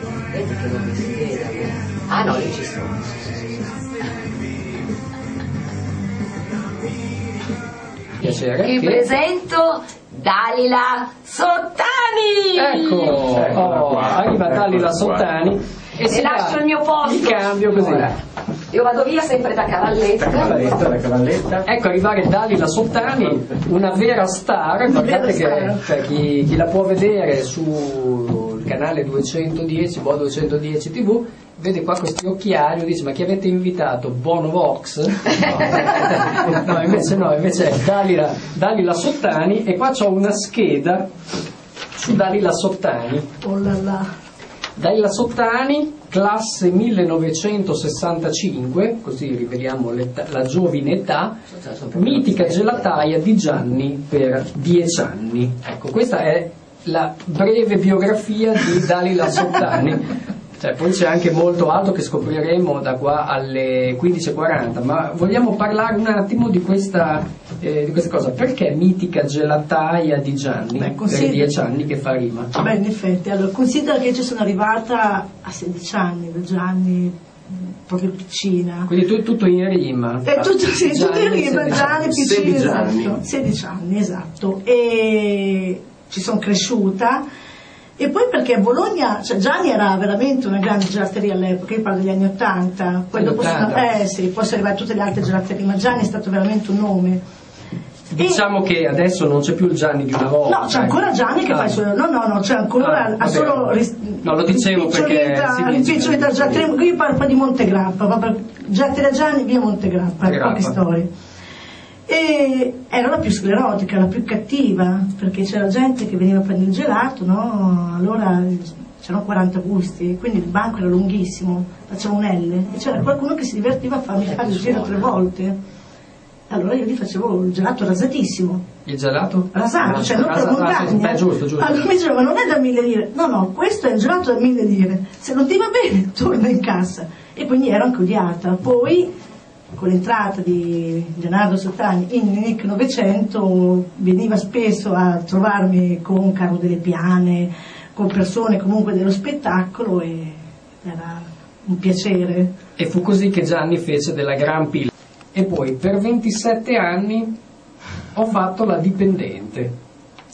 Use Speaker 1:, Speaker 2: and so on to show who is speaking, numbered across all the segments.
Speaker 1: che non si veda. però. Ah no, lì ci sono. sì, sì, sì, sì.
Speaker 2: Piacere.
Speaker 1: Vi
Speaker 2: Ecco.
Speaker 1: presento Dalila Sottani!
Speaker 2: Ecco,
Speaker 3: Eccola
Speaker 2: oh,
Speaker 3: qua,
Speaker 2: arriva Dalila
Speaker 3: eccola qua.
Speaker 2: Sottani
Speaker 1: E
Speaker 2: e si
Speaker 1: lascio
Speaker 2: dà
Speaker 1: il mio posto.
Speaker 2: Il cambio così.
Speaker 1: Io vado via sempre da
Speaker 3: La
Speaker 1: cavalletta.
Speaker 3: cavalletta, la cavalletta.
Speaker 2: Ecco arrivare Dalila Sottani, una vera star, guardate che cioè, chi, chi la può vedere sul canale 210, Bo 210 TV, vede qua questi occhiali e dice ma chi avete invitato? Bono Vox? No, invece no, invece è Dalila, Dalila Sottani e qua c'ho una scheda su Dalila Sottani.
Speaker 1: Oh là là.
Speaker 2: Della Sottani, classe 1965, così rivediamo l'età- la giovine età, mitica gelataia di Gianni per dieci anni. Ecco, questa è la breve biografia di Dalila Sottani. Cioè, poi c'è anche molto altro che scopriremo da qua alle 15.40, ma vogliamo parlare un attimo di questa, eh, di questa cosa. Perché mitica gelataia di Gianni
Speaker 4: Beh,
Speaker 2: per
Speaker 4: considera-
Speaker 2: dieci anni che fa rima?
Speaker 4: Beh, in effetti, allora, considera che io ci sono arrivata a 16 anni, da Gianni, mh, proprio piccina.
Speaker 2: Quindi tu, tutto in rima. diciamo.
Speaker 4: E Eh, tutto, sì,
Speaker 2: Gianni,
Speaker 4: tutto in rima,
Speaker 2: 16
Speaker 4: Gianni,
Speaker 2: anni.
Speaker 4: piccina,
Speaker 3: 16
Speaker 4: esatto.
Speaker 3: anni.
Speaker 4: 16 anni, esatto. E ci sono cresciuta. E poi perché a Bologna, cioè Gianni era veramente una grande gelateria all'epoca, io parlo degli anni 80, poi
Speaker 2: Anni
Speaker 4: dopo sono,
Speaker 2: 80.
Speaker 4: eh, sì, poi sono arrivate tutte le altre gelaterie, ma Gianni è stato veramente un nome.
Speaker 2: Diciamo che adesso non c'è più il Gianni di una volta.
Speaker 4: No, c'è ancora Gianni che
Speaker 2: Ah.
Speaker 4: fa il suo... No, no, no, c'è ancora...
Speaker 2: Ah,
Speaker 4: ha
Speaker 2: vabbè.
Speaker 4: solo...
Speaker 2: No, lo dicevo perché si dice-
Speaker 4: Rimpicciolita già tre... Qui parla di Montegrappa, va per- già tre Gianni via Montegrappa,
Speaker 2: Montegrappa.
Speaker 4: poche storie. E era la più sclerotica, la più cattiva, perché c'era gente che veniva a prendere il gelato, no? Allora c'erano 40 gusti, quindi il banco era lunghissimo, faceva un L, e c'era qualcuno che si divertiva a
Speaker 2: Eh,
Speaker 4: farmi fare il giro tre volte. Allora io gli facevo il gelato rasatissimo,
Speaker 2: Il gelato?
Speaker 4: rasato, cioè non per eh.
Speaker 2: Rasato, ah, sì,
Speaker 4: montagna.
Speaker 2: Beh, giusto, giusto.
Speaker 4: Allora mi diceva, non è da mille lire. No, no, questo è il gelato da mille lire. Se non ti va bene, torna in cassa. E quindi ero anche odiata. Poi, con l'entrata di Leonardo Sottani in Nick 900, veniva spesso a trovarmi con Carlo delle Piane, con persone comunque dello spettacolo e era un piacere.
Speaker 2: E fu così che Gianni fece della gran pila. E poi per 27 anni ho fatto la dipendente.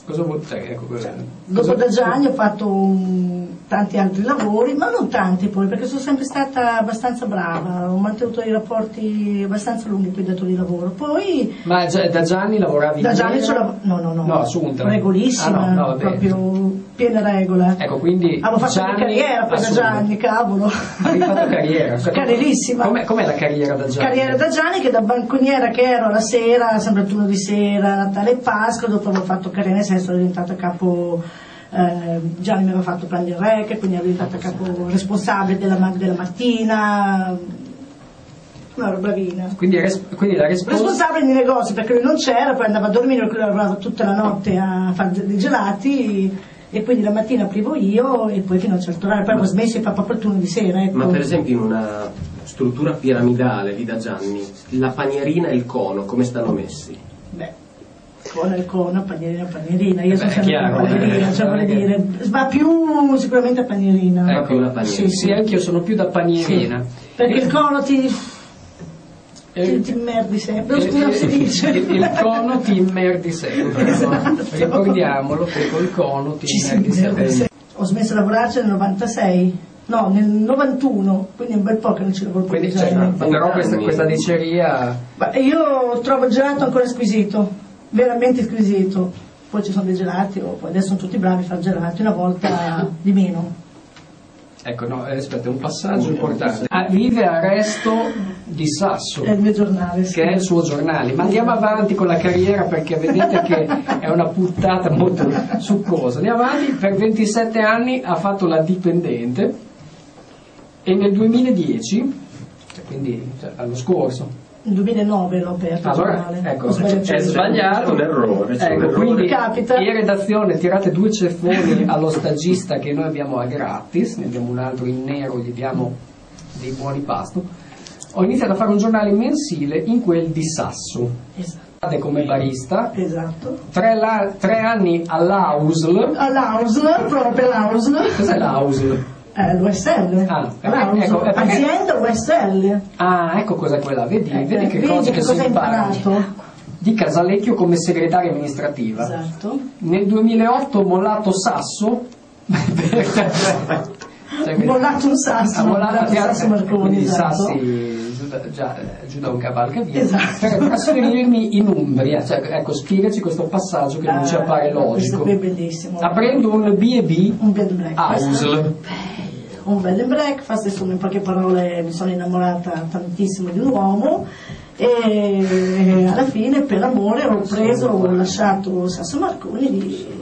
Speaker 2: Cosa vuol dire? Ecco, cosa-
Speaker 4: Cioè, Dopo
Speaker 2: cosa-
Speaker 4: da Gianni ho fatto um, tanti altri lavori, ma non tanti poi, perché sono sempre stata abbastanza brava, ho mantenuto i rapporti abbastanza lunghi con i datori di lavoro. Poi
Speaker 2: Ma Gia- da Gianni lavoravi in
Speaker 4: da Gianni
Speaker 2: nero?
Speaker 4: c'ho la... No, no, no,
Speaker 2: No, assunta.
Speaker 4: regolissima,
Speaker 2: Ah, no, no, vabbè.
Speaker 4: proprio piena regola.
Speaker 2: Ecco, quindi
Speaker 4: Avevo fatto
Speaker 2: Gianni
Speaker 4: anche carriera poi da
Speaker 2: assunta.
Speaker 4: Gianni, cavolo.
Speaker 2: Avevi fatto carriera. Cioè,
Speaker 4: Carrierissima.
Speaker 2: Com'è, com'è la carriera da Gianni?
Speaker 4: Carriera da Gianni che da banconiera che ero la sera, sempre turno di sera, Natale e Pasqua, dopo avevo fatto carriera nel senso ero diventata capo, eh, Gianni mi aveva fatto prendere il rec, quindi ero diventata capo responsabile della, ma- della mattina, no ero bravina.
Speaker 2: Quindi, res- quindi la risposta...
Speaker 4: Responsabile di negozi perché lui non c'era, poi andava a dormire, lui lavorava tutta la notte a fare dei gelati e quindi la mattina aprivo io e poi fino a un certo orario, poi ho smesso e fa proprio il turno di sera. Ecco.
Speaker 5: Ma per esempio in una struttura piramidale lì da Gianni, la panierina e il cono come stanno messi?
Speaker 4: Beh, con il cono, panierina, panierina, io sono
Speaker 2: Eh Beh,
Speaker 4: sempre
Speaker 2: chiaro,
Speaker 4: panierina,
Speaker 2: eh,
Speaker 4: cioè voglio
Speaker 2: perché-
Speaker 4: dire, va più sicuramente a panierina.
Speaker 5: Eh, Proprio la panierina.
Speaker 2: Ecco, Sì, sì, anch'io sono più da panierina.
Speaker 4: Perché il cono ti, ti,
Speaker 2: Eh,
Speaker 4: ti immerdi sempre,
Speaker 2: eh,
Speaker 4: scusa, si
Speaker 2: eh,
Speaker 4: dice.
Speaker 2: il, il cono ti immerdi sempre, no?
Speaker 4: Esatto.
Speaker 2: ricordiamolo che col cono ti
Speaker 4: Ci si
Speaker 2: immerdi sempre.
Speaker 4: immerde sempre. Ho smesso di lavorarci nel 96, no, nel 91, quindi è un bel po' che non ci lavoro più.
Speaker 2: Quindi,
Speaker 4: bisogno.
Speaker 2: cioè, però questa, questa diceria
Speaker 4: Ma io trovo il gelato ancora squisito, veramente squisito. Poi ci sono dei gelati, oh, poi adesso sono tutti bravi a fare gelati, una volta di meno.
Speaker 2: Ecco, no, eh, aspetta, è un passaggio importante. Ah, vive a Resto di Sasso,
Speaker 4: È il mio giornale. sì.
Speaker 2: che è il suo giornale. Ma andiamo avanti con la carriera perché vedete che è una puntata molto succosa. Andiamo avanti, per 27 anni ha fatto la dipendente e nel 2010, cioè, quindi cioè, l'anno scorso,
Speaker 4: Nel 2009 l'ho aperto il
Speaker 2: Allora,
Speaker 4: giornale.
Speaker 2: ecco,
Speaker 4: Ho sbagliato
Speaker 2: è
Speaker 4: il giornale.
Speaker 2: sbagliato.
Speaker 5: C'è un errore, c'è un
Speaker 2: Ecco,
Speaker 5: errore.
Speaker 2: quindi
Speaker 4: Capita.
Speaker 2: in redazione tirate due ceffoni allo stagista che noi abbiamo a gratis, ne abbiamo un altro in nero, gli diamo dei buoni pasto. Ho iniziato a fare un giornale mensile in quel di Sasso.
Speaker 4: Esatto.
Speaker 2: Fate come barista,
Speaker 4: esatto.
Speaker 2: tre, la- tre anni all'Ausl.
Speaker 4: All'Ausl, proprio l'Ausl.
Speaker 2: Cos'è l'Ausl?
Speaker 4: Eh, l'USL.
Speaker 2: Ah, ok.
Speaker 4: Bravo,
Speaker 2: Ecco,
Speaker 4: insomma,
Speaker 2: eh, perché-
Speaker 4: azienda USL.
Speaker 2: Ah, ecco cos'è quella, vedi,
Speaker 4: Eh,
Speaker 2: vedi che
Speaker 4: vedi
Speaker 2: cosa
Speaker 4: che
Speaker 2: che
Speaker 4: cosa
Speaker 2: si
Speaker 4: hai
Speaker 2: impara.
Speaker 4: imparato.
Speaker 2: Di Casalecchio come segretaria amministrativa.
Speaker 4: Esatto.
Speaker 2: Nel 2008 mollato Sasso. Cioè, quindi-
Speaker 4: Volato un sasso.
Speaker 2: ha mollato
Speaker 4: volato un
Speaker 2: Piazza-
Speaker 4: sasso Marconi.
Speaker 2: quindi
Speaker 4: esatto.
Speaker 2: Sassi Giuda, già, eh, Giuda un cavalcavia
Speaker 4: Esatto.
Speaker 2: per trasferirmi in Umbria cioè, ecco spiegaci questo passaggio che non ci
Speaker 4: Ah,
Speaker 2: appare
Speaker 4: Questo
Speaker 2: logico Ah,
Speaker 4: qui è bellissimo.
Speaker 2: aprendo un B&B
Speaker 4: un bed and
Speaker 2: ah,
Speaker 4: breakfast.
Speaker 5: Ausl.
Speaker 4: un bed and breakfast, insomma in poche parole mi sono innamorata tantissimo di un uomo e alla fine per amore ho preso, ho lasciato Sasso Marconi di-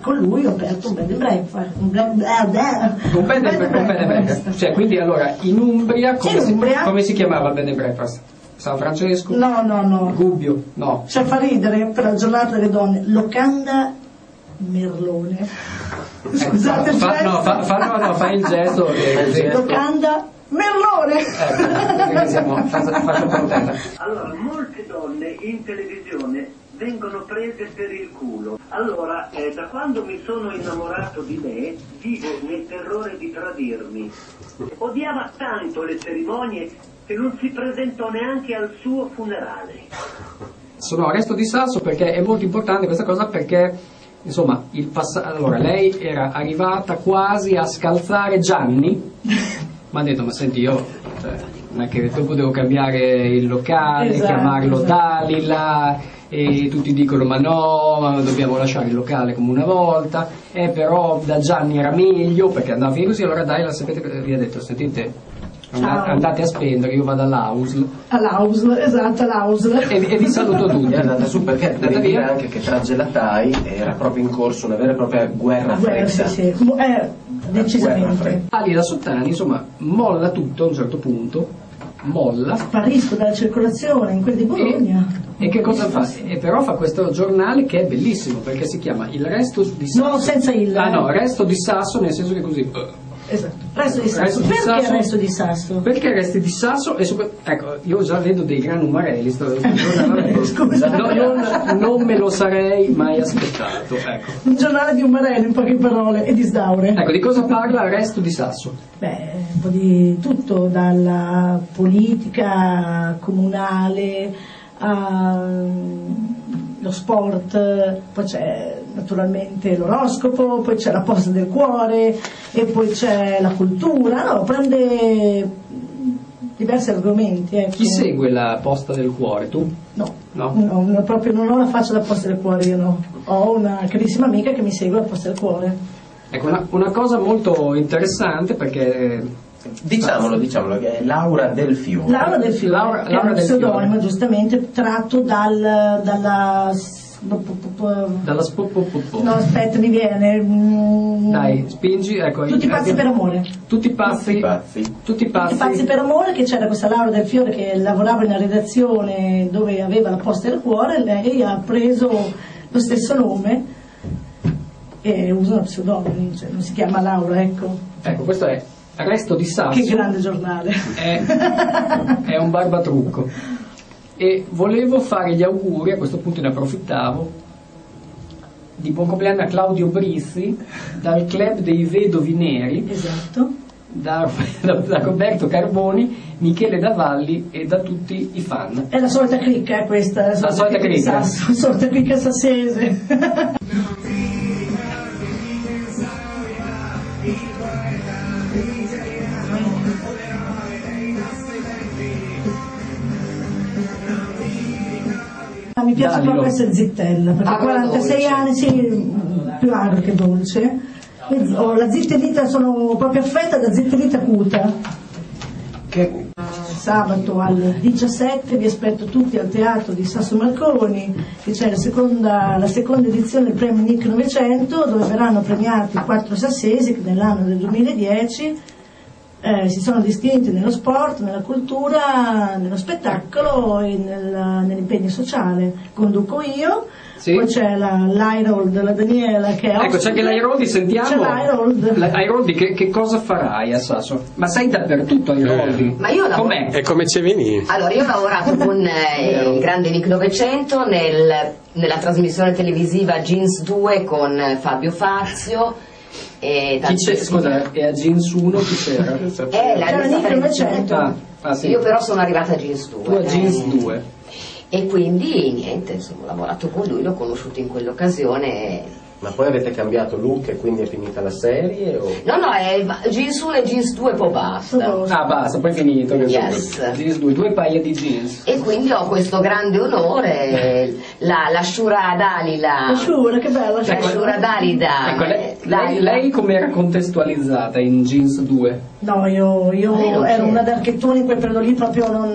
Speaker 4: con lui ho aperto un bed and breakfast. Un ah, bed,
Speaker 2: un bed and bre- un bed and breakfast cioè quindi allora in Umbria come,
Speaker 4: In
Speaker 2: si,
Speaker 4: Umbria.
Speaker 2: come si chiamava il bed and breakfast? San Francesco?
Speaker 4: No, no, no.
Speaker 2: Gubbio? no
Speaker 4: Cioè fa ridere per la giornata delle donne. Locanda Merlone. Scusate cioè, il
Speaker 2: Eh, fa, no,
Speaker 4: gesto.
Speaker 2: fa, fa- no, no, fai il gesto che-
Speaker 5: Fai il gesto.
Speaker 4: Locanda
Speaker 2: Ecco,
Speaker 4: Merlone.
Speaker 2: perché siamo- faccio- faccio contenta.
Speaker 3: Allora, molte donne in televisione vengono prese per il culo. Allora, eh, da quando mi sono innamorato di me, vivo nel terrore di tradirmi. Odiava tanto le cerimonie che non si presentò neanche al suo funerale.
Speaker 2: Sono Resto di Sasso perché è molto importante questa cosa perché insomma il passa- allora lei era arrivata quasi a scalzare Gianni mi ha detto ma senti io cioè, non è che dopo devo cambiare il locale
Speaker 4: Esatto,
Speaker 2: chiamarlo
Speaker 4: esatto.
Speaker 2: Dalila e tutti dicono ma no ma dobbiamo lasciare il locale come una volta e però da Gianni era meglio perché andava via così allora Dalila sapete cosa vi ha detto sentite anda-
Speaker 4: Ciao.
Speaker 2: andate a spendere io vado all'Ausl
Speaker 4: All'Ausl, esatto, all'Ausl.
Speaker 2: e, vi- e vi saluto tutti
Speaker 4: Esatto.
Speaker 5: È andata su perché
Speaker 2: Andata
Speaker 5: devi dire
Speaker 2: via.
Speaker 5: anche che tra gelatai era proprio in corso una vera e propria guerra
Speaker 4: Guerra,
Speaker 5: fredda.
Speaker 4: sì, sì. Mo- eh,
Speaker 5: Guerra fredda.
Speaker 4: decisamente.
Speaker 2: Ali la Sottani, insomma, molla tutto a un certo punto, molla.
Speaker 4: Sparisco dalla circolazione in quel di Bologna.
Speaker 2: E che cosa fa? E però fa questo giornale che è bellissimo perché si chiama Il Resto di Sasso.
Speaker 4: No, senza il.
Speaker 2: Ah no, Resto di Sasso nel senso che così. eh,
Speaker 4: Esatto. Resto di Sasso.
Speaker 2: Resto di
Speaker 4: Perché
Speaker 2: Sasso?
Speaker 4: resto di Sasso?
Speaker 2: Perché resti di Sasso e sopra- Ecco, io già vedo dei gran umarelli. Sto...
Speaker 4: Scusa.
Speaker 2: No, non, non me lo sarei mai aspettato. Ecco.
Speaker 4: Un giornale di Umarelli, in poche parole, e di Sdaure.
Speaker 2: ecco, di cosa parla Resto di Sasso?
Speaker 4: Beh, un po' di tutto, dalla politica comunale allo sport, poi c'è naturalmente l'oroscopo, poi c'è la posta del cuore e poi c'è la cultura, no, prende diversi argomenti. Ecco.
Speaker 2: Chi segue la posta del cuore? Tu?
Speaker 4: No.
Speaker 2: No.
Speaker 4: No, no, proprio non ho la faccia da posta del cuore, io no. Ho una carissima amica che mi segue da posta del cuore.
Speaker 2: Ecco, una, una cosa molto interessante perché eh,
Speaker 5: Diciamolo, diciamolo, che è Laura del Fiore.
Speaker 4: Laura del Fiore,
Speaker 2: Laura-
Speaker 4: che
Speaker 2: Laura
Speaker 4: è un
Speaker 2: del
Speaker 4: pseudonimo
Speaker 2: Fiore.
Speaker 4: giustamente tratto dal, dalla... s- po- po- po- po-
Speaker 2: dalla spopopopo.
Speaker 4: No, aspetta, mi viene... mm,
Speaker 2: Dai, spingi, ecco.
Speaker 4: Tutti pazzi per amore.
Speaker 2: Tutti pazzi.
Speaker 5: Tutti pazzi.
Speaker 2: Tutti pazzi.
Speaker 4: Tutti pazzi per amore che c'era questa Laura del Fiore che lavorava in una redazione dove aveva la posta del cuore, lei ha preso lo stesso nome e usa uno pseudonimo, cioè non si chiama Laura, ecco.
Speaker 2: Ecco, questo è Resto di Sasso.
Speaker 4: Che grande giornale.
Speaker 2: È, è un barbatrucco. E volevo fare gli auguri, a questo punto ne approfittavo, di buon compleanno a Claudio Brizzi dal club dei vedovi neri,
Speaker 4: Esatto.
Speaker 2: da, da- da Roberto Carboni, Michele Davalli e da tutti i fan.
Speaker 4: È la solita cricca eh, questa, la solita,
Speaker 2: solita
Speaker 4: cricca.
Speaker 2: cricca.
Speaker 4: di Sasso, la solita cricca sassese. Ah, Mi piace
Speaker 2: Dalilo.
Speaker 4: proprio essere zittella, perché
Speaker 2: Ah,
Speaker 4: a 46
Speaker 2: dolce.
Speaker 4: anni sì, più agro che dolce. Mi- Ho la zittellita, sono proprio affetta da zittellita acuta.
Speaker 5: Che
Speaker 4: Sabato alle 17 vi aspetto tutti al teatro di Sasso Marconi, che c'è la seconda, la seconda edizione del premio NIC 900, dove verranno premiati quattro sassesi che nell'anno del 2010 eh, si sono distinti nello sport, nella cultura, nello spettacolo e nel- nell'impegno sociale. Conduco io,
Speaker 2: Sì.
Speaker 4: poi c'è la, l'Airold della Daniela che è
Speaker 2: Ecco, c'è
Speaker 4: ospite.
Speaker 2: anche l'Airoldi, sentiamo.
Speaker 4: C'è l'Airold.
Speaker 2: La- Airoldi, che, che cosa farai a Sasso? Ma sei dappertutto Airoldi.
Speaker 6: Eh.
Speaker 1: Ma io la-
Speaker 2: Com'è?
Speaker 6: E come ci veni?
Speaker 1: Allora, io ho lavorato con eh, il grande Nick 900 nel- nella trasmissione televisiva Jeans 2 con eh, Fabio Fazio E
Speaker 2: Chi c'è, scusa, è a Ginsuno chi c'era?
Speaker 1: Eh, la
Speaker 4: C'era
Speaker 1: lista
Speaker 4: Nick
Speaker 1: tradizionale.
Speaker 4: 900.
Speaker 2: Ah, ah, sì.
Speaker 1: Io però sono arrivata a Jeans 2.
Speaker 2: Tu a
Speaker 1: eh.
Speaker 2: Jeans 2.
Speaker 1: E quindi niente, insomma, ho lavorato con lui, l'ho conosciuto in quell'occasione. e-
Speaker 6: Ma poi avete cambiato look e quindi è finita la serie? O...
Speaker 1: No, no, è va- Jeans 1 e Jeans 2 poi basta.
Speaker 2: Ah, basta, poi è finito. che
Speaker 1: Yes.
Speaker 2: sono- Jeans 2, due paia di jeans.
Speaker 1: E quindi ho questo grande onore, la, la Shura Dali, la,
Speaker 4: La sciura, che bella.
Speaker 1: la Shura Dali da-
Speaker 2: Ecco, lei,
Speaker 1: Dali
Speaker 2: lei, lei come era contestualizzata in Jeans 2?
Speaker 4: No, io, io
Speaker 1: Lei non
Speaker 4: ero
Speaker 1: c'era.
Speaker 4: una d'archettone in quel periodo lì, proprio non...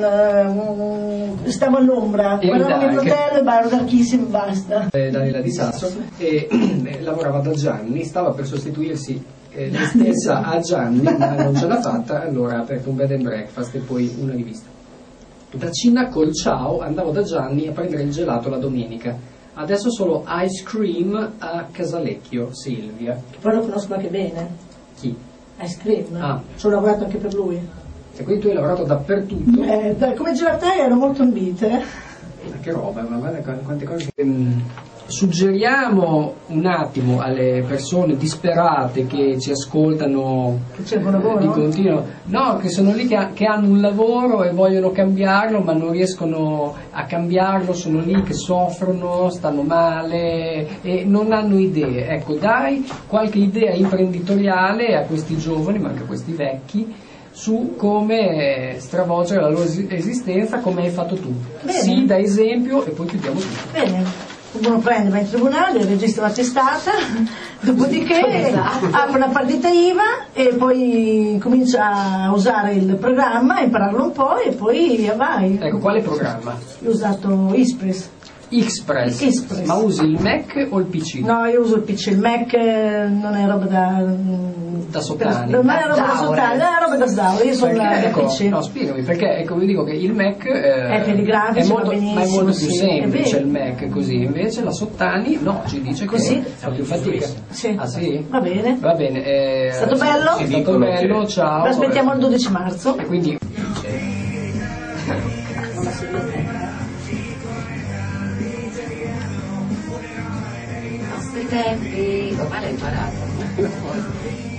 Speaker 4: eh, stavo all'ombra,
Speaker 2: Eri
Speaker 4: guardavo il
Speaker 2: dark.
Speaker 4: fratello, ma ero darchissimo, basta.
Speaker 2: Eh, Dalila di Sasso e eh, lavorava da Gianni, stava per sostituirsi eh, lei stessa a Gianni, ma non ce l'ha fatta, allora ha aperto un bed and breakfast e poi una rivista. Da Cina col ciao andavo da Gianni a prendere il gelato la domenica. Adesso solo ice cream a Casalecchio, Silvia.
Speaker 4: Poi lo conosco anche bene,
Speaker 2: Chi?
Speaker 4: ice cream.
Speaker 2: Ah.
Speaker 4: Ci ho lavorato anche per lui.
Speaker 2: E quindi tu hai lavorato dappertutto.
Speaker 4: Eh, dai, come gelatai ero molto ambite.
Speaker 2: Ma Che roba, ma guarda qua- quante cose. Ehm, Suggeriamo un attimo alle persone disperate che ci ascoltano
Speaker 4: Che c'è un lavoro?
Speaker 2: eh, di continuo, no, che sono lì che, ha- che hanno un lavoro e vogliono cambiarlo, ma non riescono a cambiarlo, sono lì che soffrono, stanno male e non hanno idee. Ecco, dai qualche idea imprenditoriale a questi giovani, ma anche a questi vecchi su come stravolgere la loro esi- esistenza come hai fatto tu.
Speaker 4: Bene.
Speaker 2: Sì, da esempio e poi chiudiamo tutto.
Speaker 4: Bene, uno prende, va in tribunale, registra la testata, dopodiché apre una partita IVA e poi comincia a usare il programma, impararlo un po' e poi ah, vai.
Speaker 2: Ecco, quale programma?
Speaker 4: Io ho usato Ispress.
Speaker 2: Xpress.
Speaker 4: Xpress.
Speaker 2: Ma usi il Mac o il PC?
Speaker 4: No, io uso il PC, il Mac eh, non è roba da... mm,
Speaker 2: Da soprani.
Speaker 4: Per, per me è roba da
Speaker 1: Da zaure.
Speaker 4: soprani, è roba da zaure, io sono
Speaker 2: Perché,
Speaker 4: una
Speaker 2: ecco,
Speaker 4: PC.
Speaker 2: no, spiegami perché ecco, vi dico che il Mac eh,
Speaker 4: È per i grafici,
Speaker 2: è molto,
Speaker 4: va benissimo,
Speaker 2: ma è molto più
Speaker 4: sì,
Speaker 2: semplice
Speaker 4: è
Speaker 2: il
Speaker 4: vero.
Speaker 2: Mac così, invece la Sottani no, ci dice
Speaker 4: Così?
Speaker 2: che fa più fatica.
Speaker 4: Sì.
Speaker 2: Ah sì?
Speaker 4: Va bene.
Speaker 2: Va bene. eh,
Speaker 4: È stato bello?
Speaker 2: È stato bello, ciao.
Speaker 4: Lo aspettiamo il 12 marzo.
Speaker 2: E quindi
Speaker 1: I nostri tempi, ormai l'hai imparato.